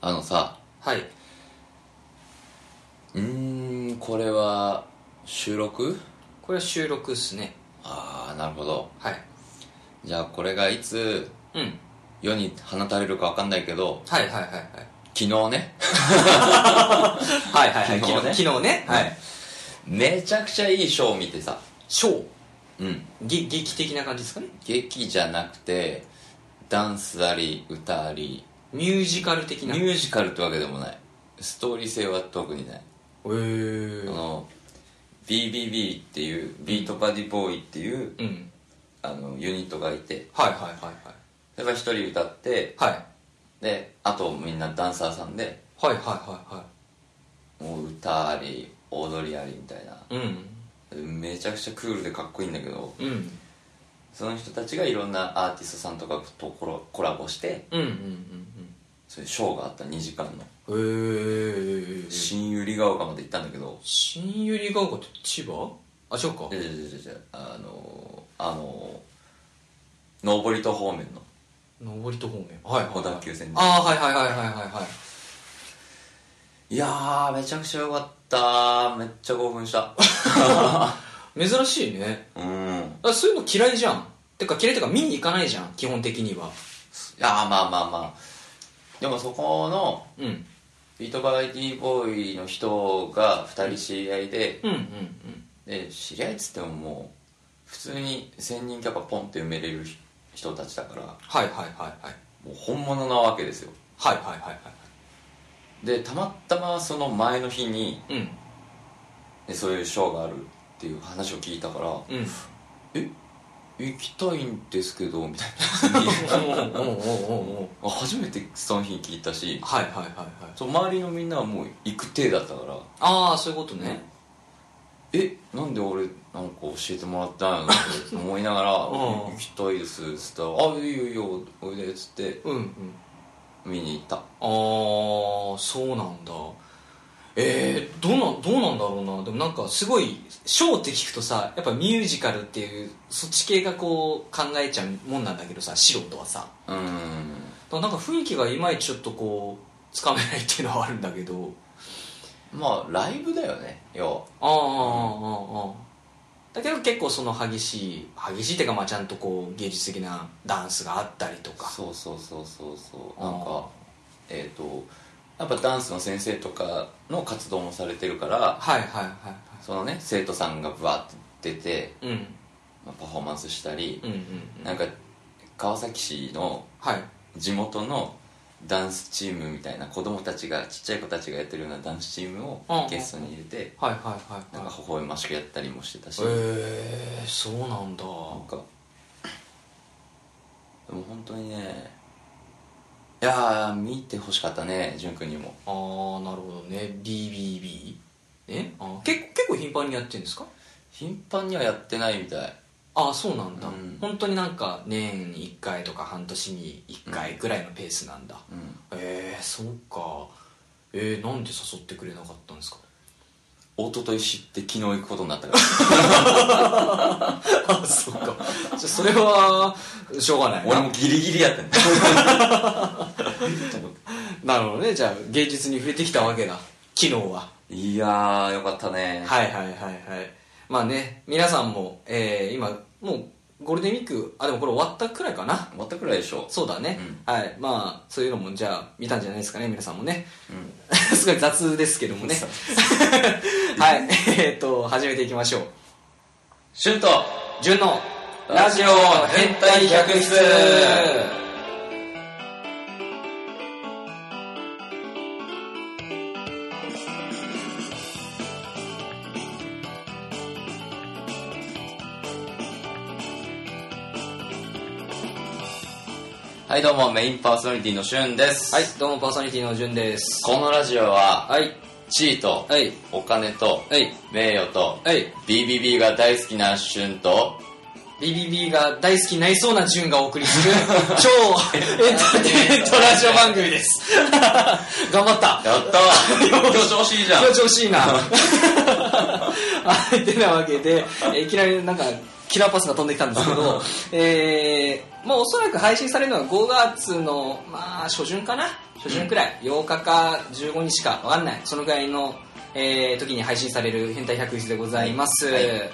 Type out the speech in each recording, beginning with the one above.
あのさはいうーんこれは収録これは収録っすねああなるほどはいじゃあこれがいつうん世に放たれるかわかんないけどはいはいはい昨日ねはいはいはいはい昨日ね昨日昨日ねはい めちゃくちゃいいショーを見てさショーうんぎ劇的な感じですかね劇じゃなくてダンスあり歌ありミュージカル的ミなュージカルってわけでもないストーリー性は特にないえあの BBB っていうビートバディボーイっていううんあのユニットがいてはいはいはい例えば一人歌ってはいはいであとみんなダンサーさんではいはいはいはもう歌あり踊りありみたいないうんめちゃくちゃクールでかっこいいんだけどうんその人たちがいろんなアーティストさんとかとコラコラボしてうんうんそういうショーがあった2時間のうんうんへえ新百合ヶ丘まで行ったんだけど新百合ヶ丘って千葉あそうかじゃじゃじゃじゃあのーあのー上りと方面の上りと方面はいはいはい小田急線でああはいはいはいはいはいはいいやーめちゃくちゃ良かっためっちゃ興奮した珍しいねうんだからそういうの嫌いじゃんてか嫌いってか見に行かないじゃん基本的にはいやーまあまあまあでもそこのうんビートバディボーイの人が2人知り合いで,、うんうんで知り合いっつってももう普通に1000人キャパポンって埋めれる人たちだからはいはいはいはいもう本物なわけですよはいはいはいはでたまたまその前の日にいうんでそういうショーがあるっていう話を聞いたからうん行きたいんですけどみたいなおうおうおうおう初めてその日聞いたしはいはいはいはいそう周りのみんなはもう行く体だったからああそういうことねえなんで俺なんか教えてもらったんやろって思いながら「 うん行きたいです」っつったら「あいいよいいよおいで」っつってうんうん見に行ったああそうなんだえー、どうなどうなんだろうなでもなんかすごいショーって聞くとさやっぱミュージカルっていうそっち系がこう考えちゃうもんなんだけどさ素人はさうーんだからなんか雰囲気がいまいちちょっとこうつかめないっていうのはあるんだけどまあライブだよね要ああああああだけど結構その激しい激しいっていうかまあちゃんとこう芸術的なダンスがあったりとはかそうそうそうそうそうあーなんかえっ、とやっぱダンスの先生とかの活動もされてるからはいはいはいはそのね生徒さんがバーって出て、いうんまあ、パフォーマンスしたり、うんうんうんなんか川崎市のはい地元のダンスチームみたいな子供たちがちっちゃい子たちがやってるようなダンスチームうんうをんゲストに入れてはいはいなんはいかはい微笑ましくやったりもしてたし、えー、そうなんだなんかでも本当にねいやー見てほしかったね潤君にもああなるほどね BBB ねあー結構結構頻繁にやってるんですか頻繁にはやってないみたいああそうなんだ、うん本当になんか年に1回とか半年に1回ぐらいのペースなんだ、うんえー、そうかえー、なんで誘ってくれなかったんですか一昨日知って昨日行くことになったから あそうかじゃあそれはしょうがない俺なもギリギリや ったねなるほどねじゃあ芸術に触れてきたわけだ昨日は、いやーよかったねはいはいはいはいまあね皆さんも、えー、今もうゴールデンウィークあでもこれ終わったくらいかな終わったくらいでしょそうだね、はいまあそういうのもじゃあ見たんじゃないですかね皆さんもねうん すごい雑ですけどもね はいえー、っと始めていきましょうシュント純のラジオ変態百室はいどうもメインパーソナリティのシュンです、はい、どうもパーソナリティの純です。このラジオははい、地位とはい、お金とはい、名誉とはい。 BBB が大好きなシュンと BBB が大好きになりそうな純がお送り する超エンターテインメントラジオ番組です。 頑張った。やったわ今日調子いいじゃん 今日調子いいな。はい、てなわけで、えいきなりなんか、キラーパスが飛んできたんです けど、えー、まあおそらく配信されるのは5月の、まあ、初旬かな初旬くらい、8日か15日かわかんないそのくらいの、えー時に配信される変態百1でございます、はい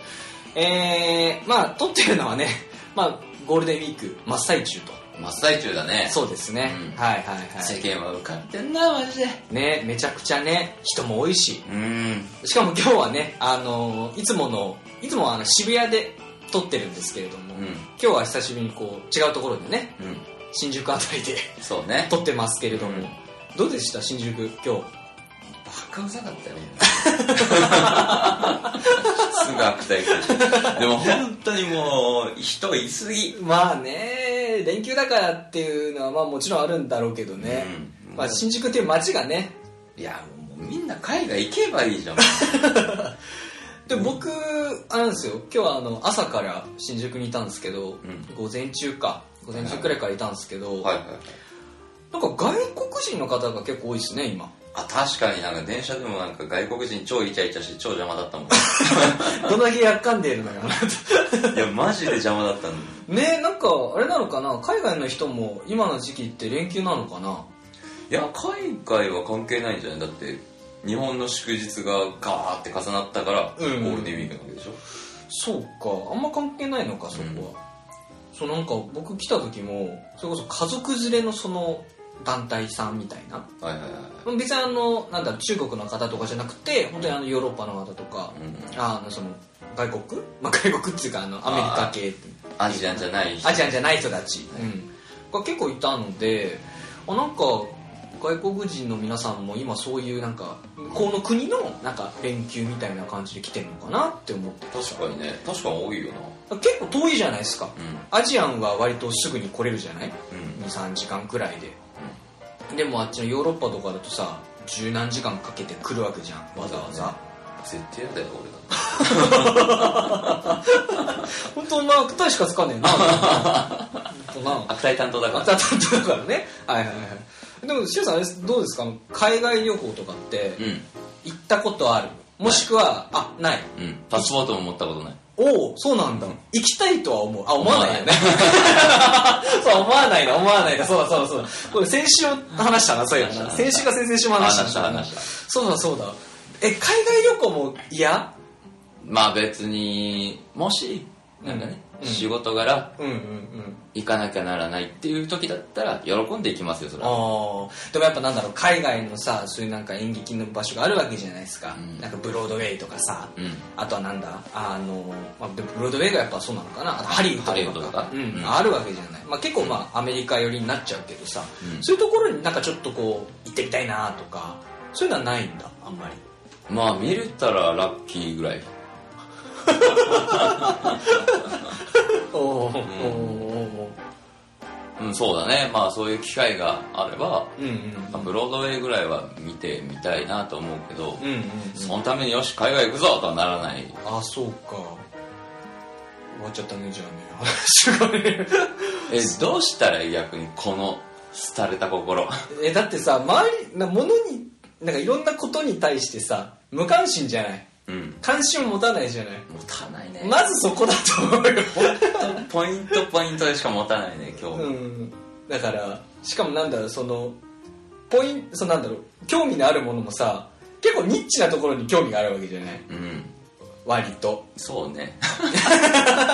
えー、まあ撮ってるのはね、まあ、ゴールデンウィーク真っ最中と真っ最中だねそうですね、うんはいはいはい世間は浮かれてんなマジでねめちゃくちゃね人も多いしうんしかも今日はね、あのーいつものいつもはあの渋谷で撮ってるんですけれども、うん今日は久しぶりにこう違うところでねうん新宿あたりで そうね撮ってますけれども、うんどうでした新宿今バカうざかったよねすぐ悪態ついてでも本当にもう人いすぎ日まあね連休だからっていうのはまあもちろんあるんだろうけどね、うんまあ、新宿っていう街がねいやもうみんな海外行けばいいじゃんで僕あれなんですよ今日はあの朝から新宿にいたんですけど、ん午前中か午前中くらいからいたんですけど、はいはいはいなんか外国人の方が結構多いですね 今あ確かになんか電車でもなんか外国人超イチャイチャして超邪魔だったもんどんだけやっかんでいるのよなといやマジで邪魔だったんだねなんかあれなのかな海外の人も今の時期って連休なのかないや海外は関係ないんじゃないだって日本の祝日がガーって重なったから、うんゴールデンウィークなわけでしょそうかあんま関係ないのかそこは、そうなんか僕来た時もそれこそ家族連れのその団体さんみたいなはいはいはい別にあのなんだろう中国の方とかじゃなくて本当にあのヨーロッパの方とか、うんあのその外国、まあ、外国っていうかあのアメリカ系ってアジアンじゃない人アジアンじゃない人たち、が結構いたのであなんか外国人の皆さんも今そういうなんか向こうの国のなんか連休みたいな感じで来てるのかなって思って確かにね確かに多いよな結構遠いじゃないですかうんアジアンは割とすぐに来れるじゃないうん23時間くらいで、でもあっちのヨーロッパとかだとさ十何時間かけて来るわけじゃんわざわざ絶対嫌だよ俺だっ本当まあ答えしかつかねえな 本当なて悪態担当だまからた担当だからねはいはいはいでも柊さんあれですどうですか海外旅行とかってうん行ったことあるもしくはあないうんパスポートも持ったことないおおそうなんだ行きたいとは思うあ思わないよね そう思わないな思わないなそうだそうだそうだこれ先週話したなそういえばな先週か先々週も話したんだ話した話そうだそうだえ海外旅行も嫌まあ別にもしなんかね、うん仕事柄うんうんうん行かなきゃならないっていう時だったら喜んで行きますよそれはあーでもやっぱなんだろう海外のさそういうなんか演劇の場所があるわけじゃないですか、うんなんかブロードウェイとかさ、うんあとはなんだあの、まあ、でもブロードウェイがやっぱそうなのかなあとハリウッドとかハリウッドとかうんうんあるわけじゃない、まあ、結構まあアメリカ寄りになっちゃうけどさ、うんそういうところになんかちょっとこう行ってみたいなとかそういうのはないんだあんまりまあ見れたらラッキーぐらいおおーうんおうんそうだねまあそういう機会があれば、ーうんうんまあブロードウェイぐらいは見てみたいなと思うけど、うんうんそのためによし海外行くぞとはならないあそうか終わっちゃったね じゃあねすごいえどうしたら逆にこの廃れた心えだってさ周りなものになんかいろんなことに対してさ無関心じゃないうん関心を持たないじゃない持たないねまずそこだと思うよ、ポイントポイントでしか持たないね今日、うん、だからしかもなんだろうそのポインそのなんだろう興味のあるものもさ結構ニッチなところに興味があるわけじゃないうん割とそうね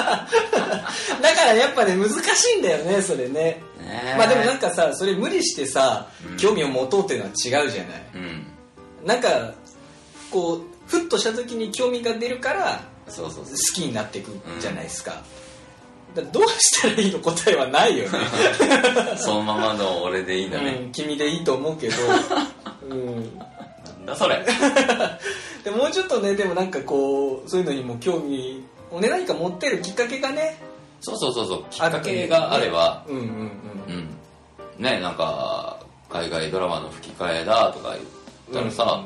だからやっぱね難しいんだよねそれねねまあでもなんかさそれ無理してさうん興味を持とうっていうのは違うじゃないうんなんかこうふっとした時に興味が出るからそうそうそ好うきになっていくじゃないですか,、だからどうしたらいいの答えはない よねそのままの俺でいいんだね、うん君でいいと思うけど、うん、なんだそれでもうちょっとねでもなんかこうそういうのにも興味をね何か持ってるきっかけがねそうそうそうそうきっかけがあればうんうんうん、うんねなんか海外ドラマの吹き替えだとか言ったらさ、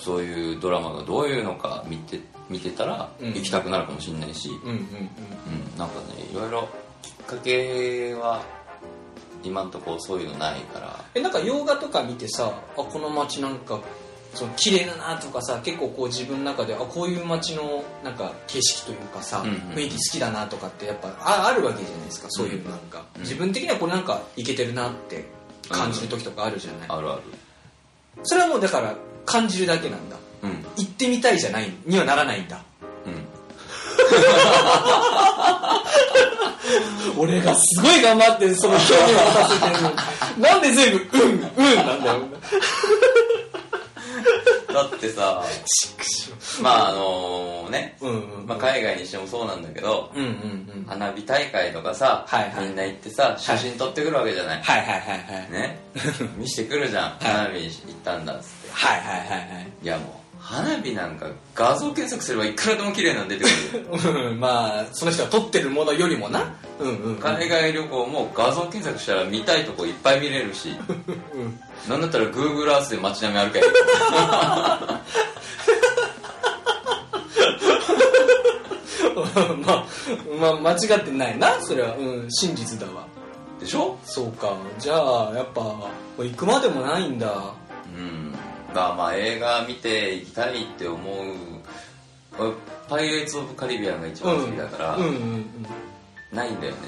そういうドラマがどういうのか見て見てたらうん行きたくなるかもしれないし、うんうんうんうん、なんかねいろいろきっかけは今んとこそういうのないからえなんか洋画とか見てさあこの街なんか好その綺麗だなとかさ結構こう自分の中であこういう街のなんか景色というかさ、うんうん雰囲気好きだなとかってやっぱああるわけじゃないですかそういうなんか、うん自分的にはこれなんかいけてるなって感じる時とかあるじゃない、あるあるそれはもうだから感じるだけなんだうん行ってみたいじゃないにはならないんだうん俺がすごい頑張ってその興味を持たせてるのになんで全部うんうんなんだよだって さちくしょまああのね、ううんうんまあ、海外にしてもそうなんだけどうんうんうんはい花火大会とかさ、はいはいみんな行ってさ写真撮ってくるわけじゃない、はいはいはい ね見してくるじゃん花火行ったんだっつってはいはいはいはいいやもう花火なんか画像検索すればいくらでも綺麗なの出てく るうんまあその人が撮ってるものよりもなうんうんうん海外旅行も画像検索したら見たいとこいっぱい見れるしうんなんだったら Google Earth で街並み歩けるまあ、まあ、間違ってないなそれはうん真実だわでしょそうかじゃあやっぱもう行くまでもないんだうんがまあ映画見ていきたいって思う俺パイレーツ・オブ・カリビアンが一番好きだから、うんうんうんないんだよね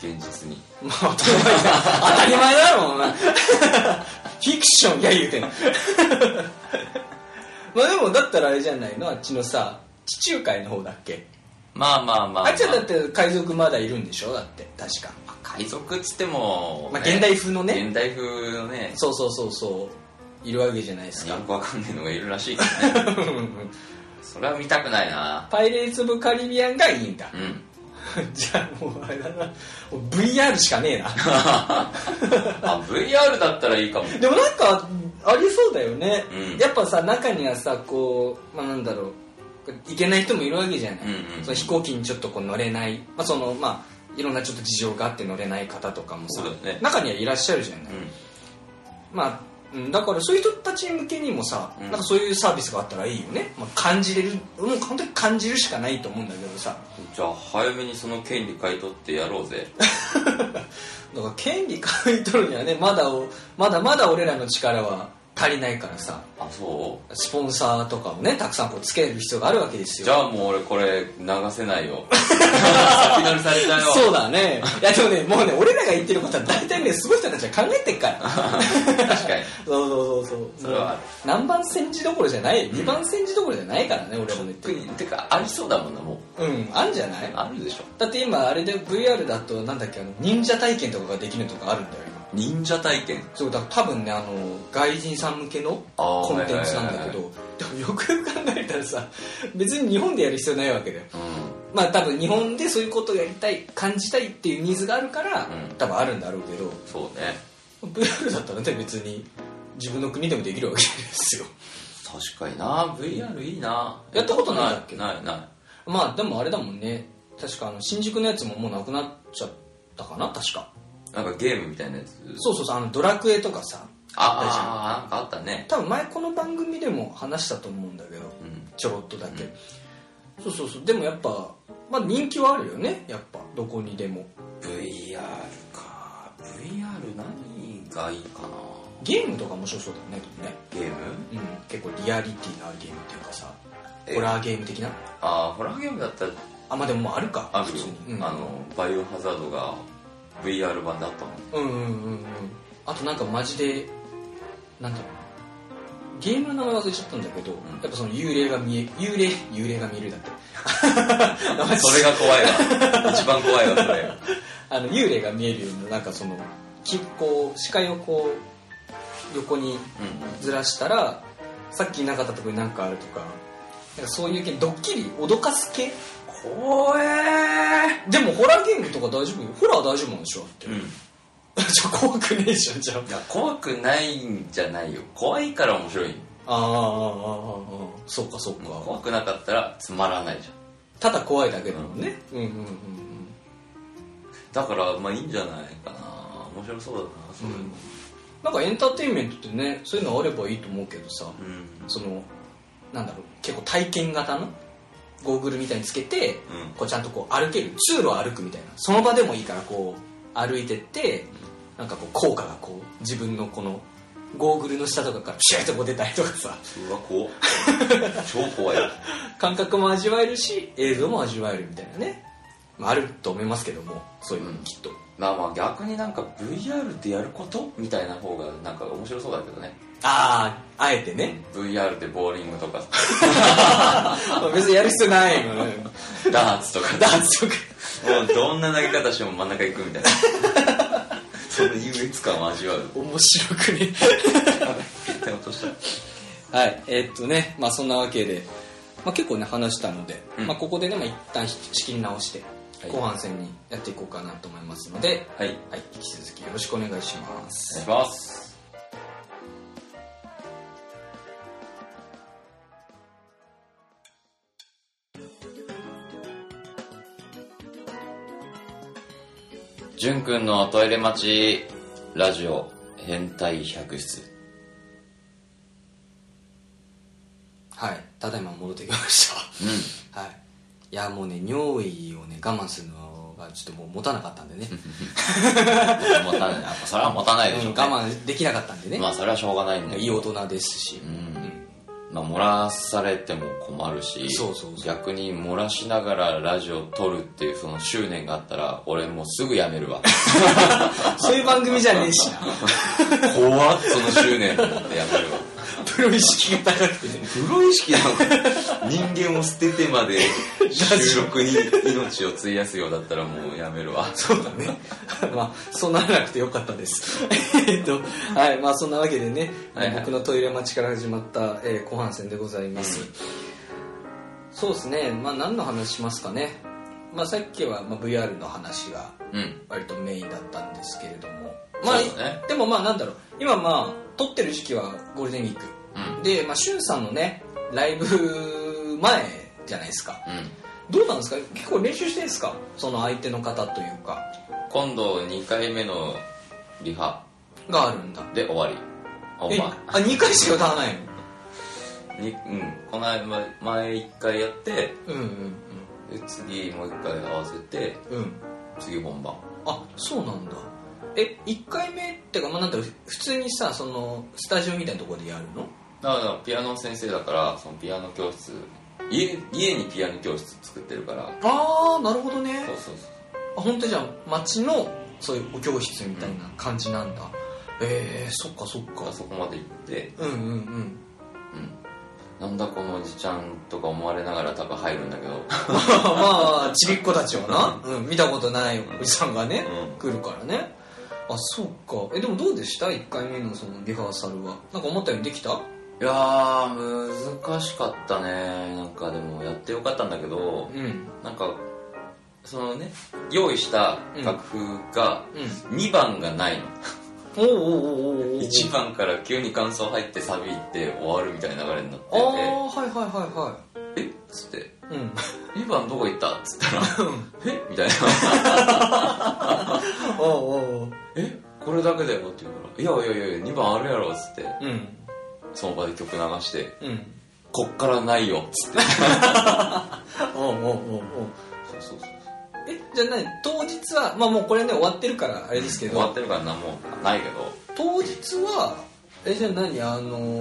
現実にまあ当たり前だ当たり前だろお前フィクションいや言うてんまあでもだったらあれじゃないのあっちのさ地中海の方だっけまあまあまあ、まあっちはだって海賊まだいるんでしょだって確か海賊っつっても、まあ現代風のね現代風のねそうそうそうそういるわけじゃないですかよくわかんないのがいるらしいからね それは見たくないな パイレーツ・オブ・カリビアンがいいんだうん じゃあもうあれだなもう VR しかねえなあ VR だったらいいかもでもなんかありそうだよね、うんやっぱさ中にはさこうまあなんだろう行けない人もいるわけじゃない、うんうんその飛行機にちょっとこう乗れない、まあ、そのまあいろんなちょっと事情があって乗れない方とかもさ、そうだよね中にはいらっしゃるじゃない、まあ、うんだからそういう人たち向けにもさ、うんなんかそういうサービスがあったらいいよね、まあ、感じれるもう本当に感じるしかないと思うんだけどさうん、じゃあ早めにその権利買い取ってやろうぜだから権利買い取るにはねまだおまだまだ俺らの力は足りないからさあそスポンサーとかをねたくさんこうつける必要があるわけですうよじゃあもう俺これ流せない よ先取りされたよそうだねいやでもねもうね俺らが言ってることは大体ねすごい人たちは考えてっから確かにそうそうそうそうそれはあるもう何番煎じどころじゃない2番煎じどころじゃないからね俺らの言ってる国てかありそうだもんなもううんあんじゃないあるでしょだって今あれで VR だとなんだっけあの忍者体験とかができるとかあるんだよ今忍者体験そうだから多分ねあの外人さん向けのあーコンテンツなんだけどでもよくよく考えたらさ別に日本でやる必要ないわけだようまあ多分日本でそういうことをやりたい感じたいっていうニーズがあるから、うん多分あるんだろうけどんそうね VR だったらね別に自分の国でもできるわけですよ確かにな VR いいなやったことないんだっけないない まあでもあれだもんね確かあの新宿のやつももうなくなっちゃったかな確かなんかゲームみたいなやつそうそうそうあのドラクエとかさあったじゃんああーなんかあったね多分前この番組でも話したと思うんだけうどんちょろっとだけ、うんそうそうそうでもやっぱ、まあ、人気はあるよねやっぱどこにでも VR か VR 何がいいかなゲームとか面白そうだよねでもね、ゲームうん、結構リアリティのあるゲームっていうかさえホラーゲーム的なああホラーゲームだったらあまあでももうあるかある普よ通に、うん、あのバイオハザードが VR 版だったもんうんうんうんうんあとなんかマジでなんだろうなゲームの名前忘れちゃったんだけど、んやっぱその幽霊が見え幽霊幽霊が見える だってそれが怖いわ 一番怖いわそれあの幽霊が見えるようななんかそのきこう視界をこう横にうんずらしたらさっきなかったところになんかあるとかなんかそういう系ドッキリ脅かす系怖えでもホラーゲームとか大丈夫よホラー大丈夫なんでしょだって、うんい ちょ怖くねえじゃんじゃあや怖くないんじゃないよ怖いから面白いああああそうかそうか、怖くなかったらつまらないじゃんただ怖いだけだもんね、うん、うんうんうんだからまあいいんじゃないかな面白そうだなそれもなんかエンターテインメントってねそういうのあればいいと思うけどさ、うん、そのなんだろう結構体験型のゴーグルみたいにつけて、うんこうちゃんとこう歩ける通路を歩くみたいなその場でもいいからこう歩いてってなんかこう効果がこう自分のこのゴーグルの下とかからピシュッとこう出たりとかさうわ 怖っ超怖い感覚も味わえるし映像も味わえるみたいなね、まあ、あると思いますけどもそういうのきっと、まあまあ逆になんか VR でやることみたいな方がなんか面白そうだけどねあああえてね VR でボーリングとか別にやる必要ない もんねダーツとかダーツとかもうどんな投げ方しても真ん中行くみたいなその優越感を味わう面白くねピッて落としたはいえーっとねまあそんなわけで、まあ、結構ね話したので、うんまあ、ここでね、まあ、一旦仕切り直してはい後半戦にやっていこうかなと思いますので、はいお願はい、引き続きよろしくお願いしますいしますじゅんくんのトイレ待ちラジオ変態百室はいただいま戻ってきましたうはい、いやもうね尿意をね我慢するのがちょっともう持たなかったんでね、ん持たないやっぱそれは持たないでしょ、うん我慢できなかったんでね、まあそれはしょうがないんだけどいい大人ですし、うんまあ、漏らされても困るしそうそうそう逆に漏らしながらラジオ撮るっていうその執念があったら俺もうすぐやめるわそういう番組じゃねえ しな 怖っその執念と思ってやめるわプロ意識が高くてねプロ意識なんか人間を捨ててまで収録に命を費やすようだったらもうやめるわそうだね まあそうならなくてよかったです えっとはいまあそんなわけでね、はいはい僕のトイレ待ちから始まった、えー後半戦でございます、そうですねまあ何の話しますかねまあさっきは、まあ、VR の話がうん割とメインだったんですけれどもまあ、そうだねでもまあなんだろう今まあ撮ってる時期はゴールデンウィーク、うんで、まあ、しゅんさんのねライブ前じゃないですかうんどうなんですか結構練習してるんですかその相手の方というか今度2回目のリハがあるんだで終わりあえ終わあ2回しか歌わないのりにうんこの間前前1回やってうんうんで次もう1回合わせてうんうん次本番あそうなんだえ1回目ってかまあなんだろう普通にさそのスタジオみたいなところでやるのだからピアノ先生だからそのピアノ教室家家にピアノ教室作ってるからああなるほどねそうそうあ本当にじゃあ町のそういうお教室みたいな感じなんだ、えー、そっかそっそうあかそこまで行ってうんうんうんなんだこのおじちゃんとか思われながら多分入るんだけど まあまあちびっ子たちはな、うん、見たことないおじさんがね、うん来るからねあそうかえでもどうでした1回目のそのリハーサルはなんか思ったようにできたいやー難しかったねなんかでもやってよかったんだけどうんうんなんかそのね用意した楽譜が2番がないの、おうおうおうおうおう1番から急に感想入ってサビ行って終わるみたいな流れになっあてあはいはいはて「えっ?」つっていはいうん「2番どこ行った?」っつったら「 えみたいな おうおうおうえこれだけだよって言うから「いやいやいや2番あるやろ」っつってうんその場で曲流してうん「こっからないよ」っつっておうおうおうおうそうそうそうえじゃあ何当日はまあもうこれね終わってるからあれですけ終どわってるから何もないけど当日はえじゃあ何あの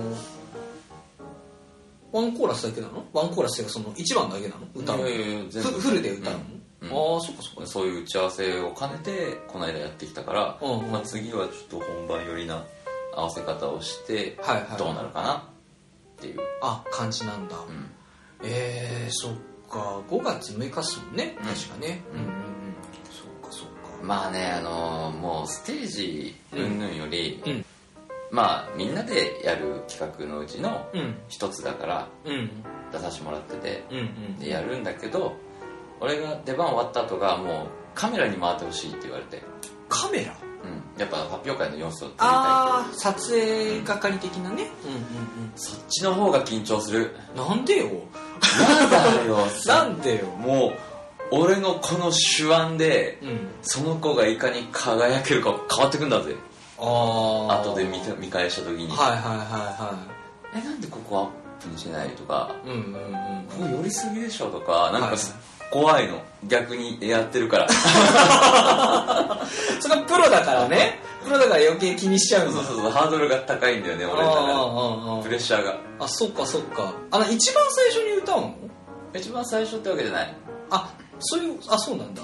ワンコーラスだけなのワンコーラスっていうかその1番だけなの歌ういやいやいや全部フフルで歌ううんの、ああそっかそっかそういう打ち合わせを兼ねてこの間やってきたから、うんうんまあ、次はちょっと本番寄りな合わせ方をしてはいはいどうなるかなっていう、あ感じなんだ、うんえー、そっか5月6日っすもんねうん確かねうんうんうんそうかそうかまあねあのーもうステージ云々より、うんまあみんなでやる企画のうちのうん一つだからうん出させてもらっててうんうんでやるんだけど俺が出番終わった後がもうカメラに回ってほしいって言われて、カメラうん、やっぱ発表会の様子を撮りたいああ撮影係的なね、うん、うんうんそっちの方が緊張するなんでよ なんだよなんでよもう俺のこの手腕でうんその子がいかに輝けるか変わってくんだぜああ後で見て見返した時に、はいはいはいはえなんでここアップにしないとかいうんうんうんここ寄りすぎでしょとかなんはいはかいす、怖 いの逆にやってるからそれがプロだからねプロだから余計気にしちゃうんそだうそうそうハードルが高いんだよね俺の中あでーあーあプーレッシャーがあそっかそっかあの一番最初に歌うの一番最初ってわけじゃない、あそういうあそうなんだ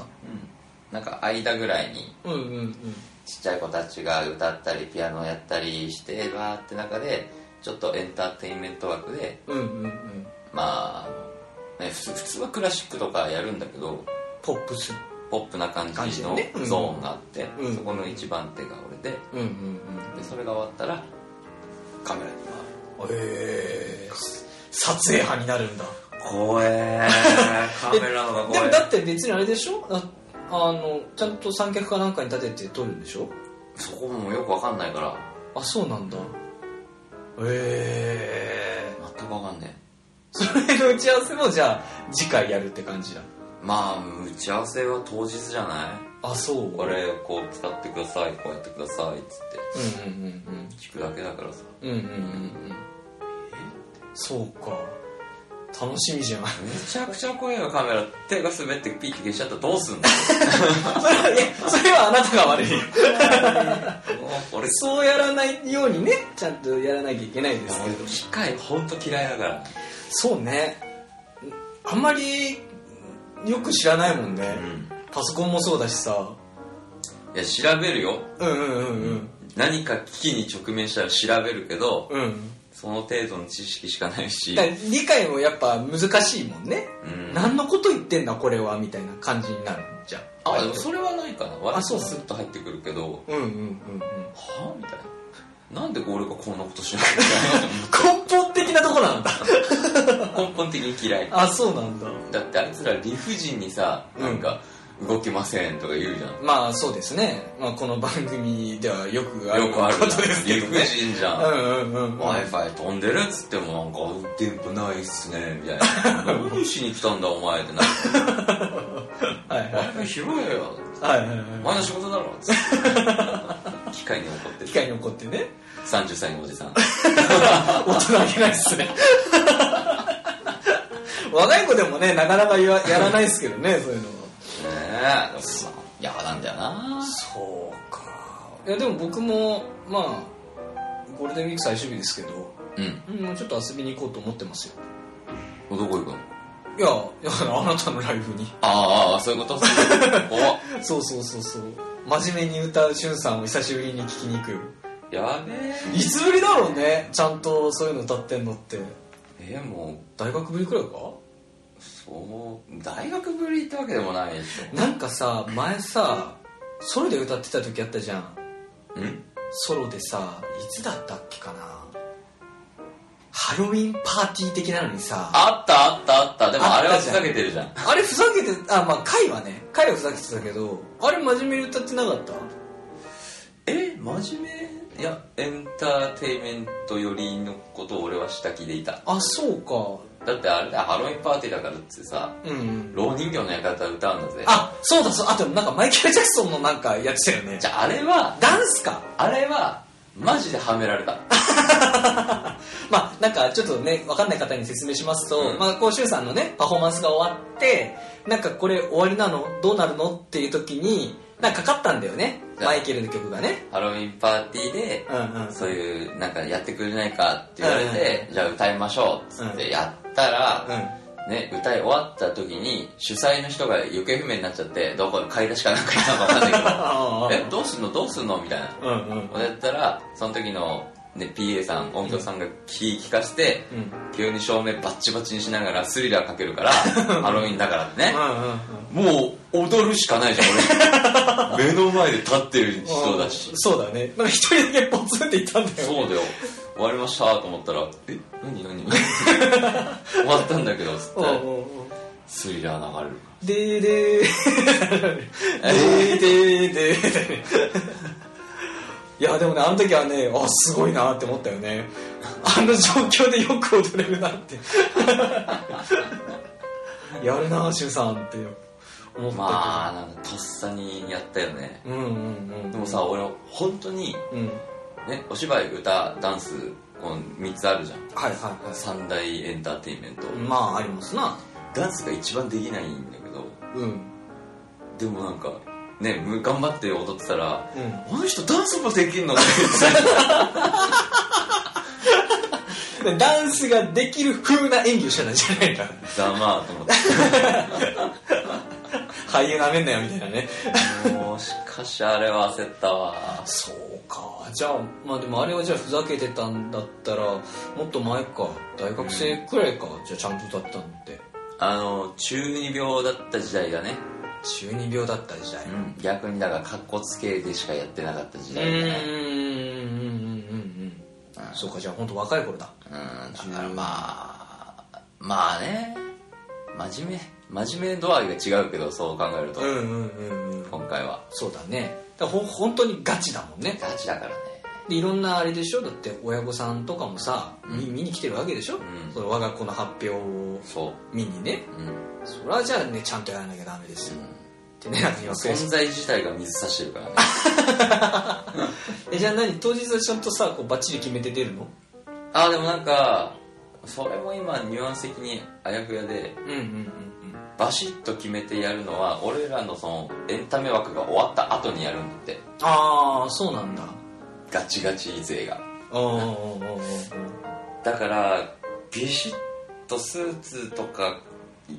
なんか間ぐらいにうんうんうんちっちゃい子たちが歌ったりピアノやったりしてわーって中でちょっとエンターテインメント枠でうんうんうんまあ、ね、普通普通はクラシックとかやるんだけどポップスポップな感感じじののねうんゾーンがあって、うんそこの一番手が俺でうんうんでそれが終わったらカメラに回るうんへえ撮影派になるんだ怖え カメラのが怖でもえだって別にあれでしょああのちゃんと三脚かなんかに立てて撮るんでしょそこもよくわかんないからあそうなんだへえ全くわかんねそれの打ち合わせもじゃあ次回やるって感じだえまあ打ち合わせは当日じゃないあそうこれをこう使ってくださいこうやってくださいっつってうんうんうん聞くだけだからさうんうんうんうんうんそうか楽しみ じゃんめちゃくちゃ怖いよカメラ手が滑ってピッて消しちゃったらどうすんのそれはいやそれはあなたが悪いよもう 俺そうやらないようにねちゃんとやらなきゃいけないですけど機械本当嫌いだからそうねあんまりよく知らないもんね、んパソコンもそうだしさいや調べるようんうんうんうん何か危機に直面したら調べるけどうんその程度の知識しかないしだから理解もやっぱ難しいもんね、うん何のこと言ってんだこれはみたいな感じになるじゃんあでもそれはないかな割とそうなのスッと入ってくるけどうんうんうんうんはあみたいななんで俺がこんなことしな根本的なとこなんだきゃいけないの 根本的に嫌いあそうなんだだってあいつら理不尽にさなんか動きませんとか言うじゃんまあそうですね、まあ、この番組ではよくあるよくあるこなとですけ理ど不ね尽じうゃんんうんうん w i f i 飛んでるっつってもなんか電波ないっすねみたいな何しに来たんだお前ってな はいはい w i f i 拾えよはいはいはいお前の仕事だろっ つって機械に怒って機て械に怒ってね30歳のおじ さん大人げないっすね 若い子でもねなかなかややらないっすけどねそういうのはねえやばなんだよなそうかいやでも僕もまあゴールデンウィーク最終日ですけどうんうんもうちょっと遊びに行こうと思ってますよどこ行くのいやいやあなたのライブにああそういうことそういうこと 怖っそうそうそうそう真面目に歌うしゅんさんを久しぶりに聞きに行くよやべいつぶりだろうねちゃんとそういうの歌ってんのってええも大学ぶりくらいかうそう大学ぶりってわけでもないでしなんかさ前さソロで歌ってた時あったじゃんょんソロでさいつだったっけかなハロウィンパーティー的なのにさああったあったあったでもあれはあっふたじざゃんけてるじゃんれふざけてあまあ回はね回はふざけてたけどあれ真面目に歌ってなかったえ真面目いやエンターテインメント寄りのことを俺は下着でいたあそうかだってあれだよハロウィンパーティーだからっつってさうんうん老人形の館歌うんだぜあそうだそうあとなんかマイケル・ジャクソンのなんかやってたよねじゃああれはダンスかあれはマジではめられたまあなんかちょっとね分かんない方に説明しますと、うんまあこうしゅうさんのねパフォーマンスが終わってなんかこれ終わりなのどうなるのっていう時になんかかかったんだよねマイケルの曲がね ハロウィンパーティーでうんうんそういうなんかやってくれないかって言われうんてじゃあ歌いましょうっつってやったらうね歌い終わった時に主催の人が行方不明になっちゃってどこ買い出しかなんか行ったのか分かんないけどえ どうすんのどうすんのみたいなうんうんやったらその時の、ね、PA さん音響さんが聞聞かせて、うん急に照明バッチバチにしながらスリラーかけるからハロウィンだからってねもう踊るしかないじゃん俺目の前で立ってる人だしそうだねなんか一人だけポツンって言ったんだよそうだよ終わりましたと思ったら「え何何何終わったんだけど」つっうんてうんうんスリラー流れる でーでーでーでーでーだねいやでもねあの時はねあすごいなって思ったよねあの状況でよく踊れるなってやるなしゅうさんって思ったけど、まあなんかとっさにやったよねうんうんうんでもさ俺本当にうんねお芝居歌ダンスこの3つあるじゃんはいはいは三大エンターテインメント、いまあありますなダンスが一番できないんだけどうんでもなんかねむ頑張って踊ってたらうん「あの人ダンスもできんの?」って ダンスができる風な演技をしてたんじゃないか言ってざまあと思って俳優なめんなよみたいなねもうしかしあれは焦ったわそうかじゃあまあでもあれはじゃあふざけてたんだったらもっと前か大学生くらいか、じゃあちゃんとだったのってあの中二病だった時代がね、中二病だった時代うん、逆にだからかっこつけでしかやってなかった時う代がねーんうんうんうんうんそうかじゃあ本当若い頃だうんだからまあまあね真面目真面目度合いが違うけどそう考えると、うんうんうんうん今回はそうだねだからほ本当にガチだもんねガチだからねでいろんなあれでしょだって親御さんとかもさ、み見に来てるわけでしょ、んその我が子の発表をそ見にねう、うん、それはじゃあねちゃんとやらなきゃダメですよ、ってね中には悔し存い在自体が水差してる からねえじゃあ何当日はちゃんとさこうバッチリ決めて出るのあでもなんかそれも今ニュアンス的にあやふやでうんうんうんバシッと決めてやるのは俺らのそのエンタメ枠が終わった後にやるんだってああそうなんだガチガチ勢がおーおーおーおだからビシッとスーツとか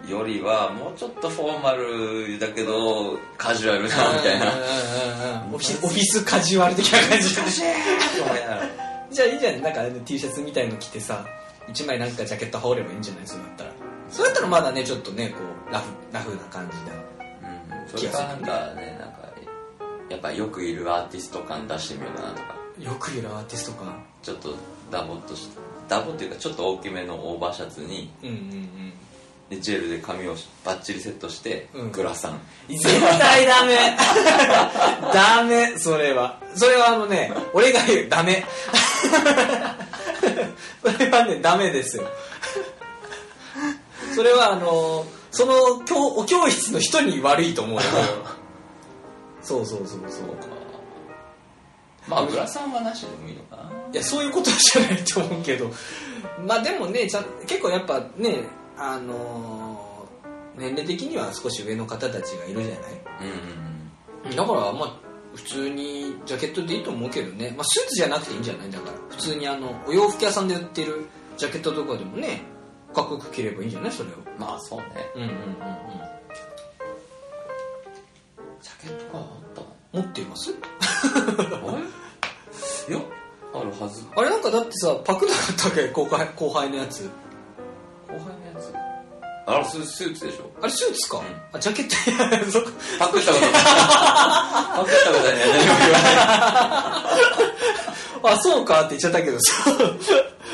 よりはもうちょっとフォーマルだけどカジュアルなみたいなな オフィスオフィスカジュアル的な感じ 難しいと思いながらじゃあいいじゃんなんかあの T シャツみたいの着てさ一枚なんかジャケット羽織ればいいんじゃないそれだったらそれだったらまだねちょっとねこうラフラフな感じだうんそれからなんかねなんかやっぱよくいるアーティスト感出してみようかなとかよく言うアーティストかちょっとダボっとしてダボっていうかちょっと大きめのオーバーシャツにうんうんうんでジェルで髪をバッチリセットして、うんグラサン絶対ダメダメそれはそれはあのね俺が言うダメそれはねダメですよそれはあのその教お教室の人に悪いと思うよそうそうそうそうまあグラサンはなしでもいいのかないやそういうことじゃないと思うけどまあでもねちゃん結構やっぱねあのー年齢的には少し上の方たちがいるじゃなうんうんいだからまあ普通にジャケットでいいと思うけどね、まあ、スーツじゃなくていいんじゃないだから普通にあのお洋服屋さんで売ってるジャケットとかでもねかっこよく着ればいいんじゃないそれをうんまあそうねうんうんうんうんジャケットかあ持っていますったのあれいやあるはずあれなんかだってさパクなかったっけ後輩後輩のやつ後輩のやつあれススーツでしょあれスーツか、んあジャケット いやそっかパクったことない パクったことない何も言わないあそうかって言っちゃったけどさ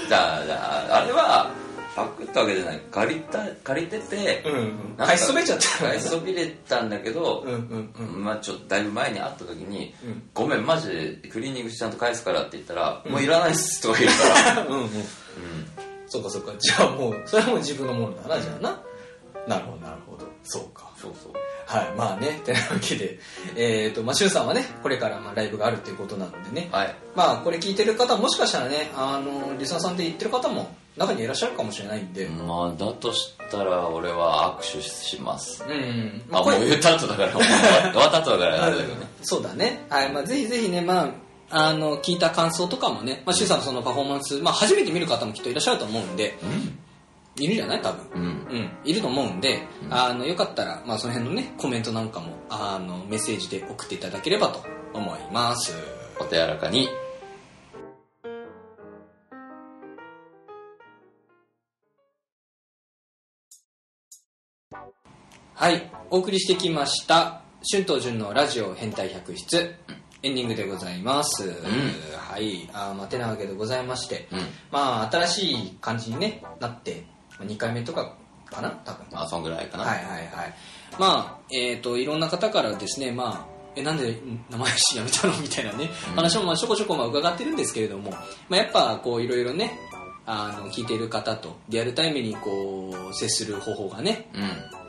じゃあじゃああれはパクったわけじゃない借りた借りててうんなんか買いそびちゃった買いそびれたんだけど、うんうんうんまあちょっとだいぶ前に会った時に「うんごめんマジでクリーニングちゃんと返すから」って言ったら「もういらないっす」とか言う から、うんうんうんそうかそうかじゃあもうそれはもう自分のものだなじゃあななるほどなるほどそうかそうそうはいまあねてなわけでえっ、とまあしゅんさんはねこれからまあライブがあるっていうことなのでねはいまあこれ聞いてる方もしかしたらねあのリスナーさんで言ってる方も中にいらっしゃるかもしれないんで、うんまあだとしたら俺は握手しますうんまああ、もこうれ言った後だ からもう終わった後だからあれだけどねそうだね、はいまあ、ぜひぜひね、まあ、あの聞いた感想とかもね、まあ、シュウさんのそのパフォーマンス、まあ、初めて見る方もきっといらっしゃると思うんで、いるじゃない多分、うんうん、いると思うんで、あのよかったら、まあ、その辺のねコメントなんかもあのメッセージで送っていただければと思いますお手柔らかにはいお送りしてきました春と潤のラジオ変態百室エンディングでございます、はいあーまあてなわけでございまして、うんまあ新しい感じに、ね、なって2回目とかかな多分まあそんぐらいかな、はいはいはいまあえっ、といろんな方からですねまあえなんでん名前知やめたのみたいなね話もまあちょこちょこまあ伺ってるんですけれども、まあ、やっぱこういろいろねあの聞いてる方とリアルタイムにこう接する方法がねうん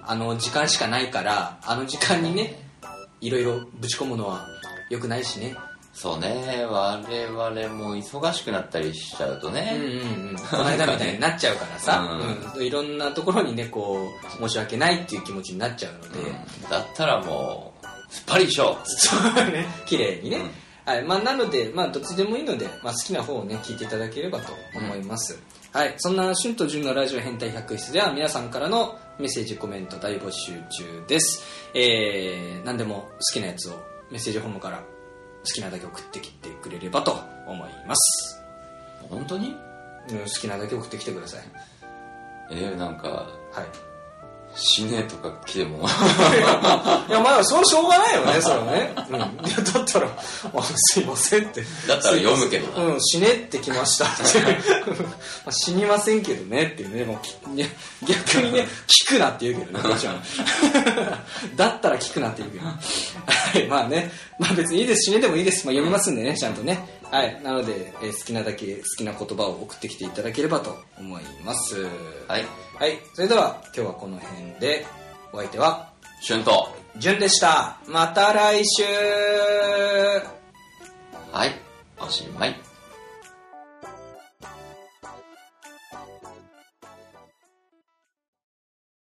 あの時間しかないからあの時間にねいろいろぶち込むのは良くないしねそうね我々も忙しくなったりしちゃうとうんね、うんうん、この間みたいになっちゃうからさ、ううんいろんなところにねこう申し訳ないっていう気持ちになっちゃうので、うんだったらもうすっぱりでしょそうね綺麗にね、うんはいまあ、なので、まあ、どっちでもいいので、まあ、好きな方をね聞いていただければと思います、はい、そんな「春と純のラジオ変態百室」では皆さんからのメッセージコメント大募集中です、えー、何でも好きなやつをメッセージホームから好きなだけ送ってきてくれればと思います、本当にうん、好きなだけ送ってきてくださいえー、なんかはい死ねとか来て もいやまあそれはしょうがないよねそれはね、うん、いやだったらあ「すいません」ってだったら読むけどなうん、死ねってきましたって いうまあ死にませんけどねっていうねもうきいや逆にね聞くなって言うけどねもち ろんだったら聞くなって言うけどはいまあねまあ別にいいです死ねでもいいです、まあ、読みますんでねちゃんとねはいなので、えー好きなだけ好きな言葉を送ってきていただければと思いますはいはい、それでは今日はこの辺でお相手は春とじゅんでしたまた来週はいおしまい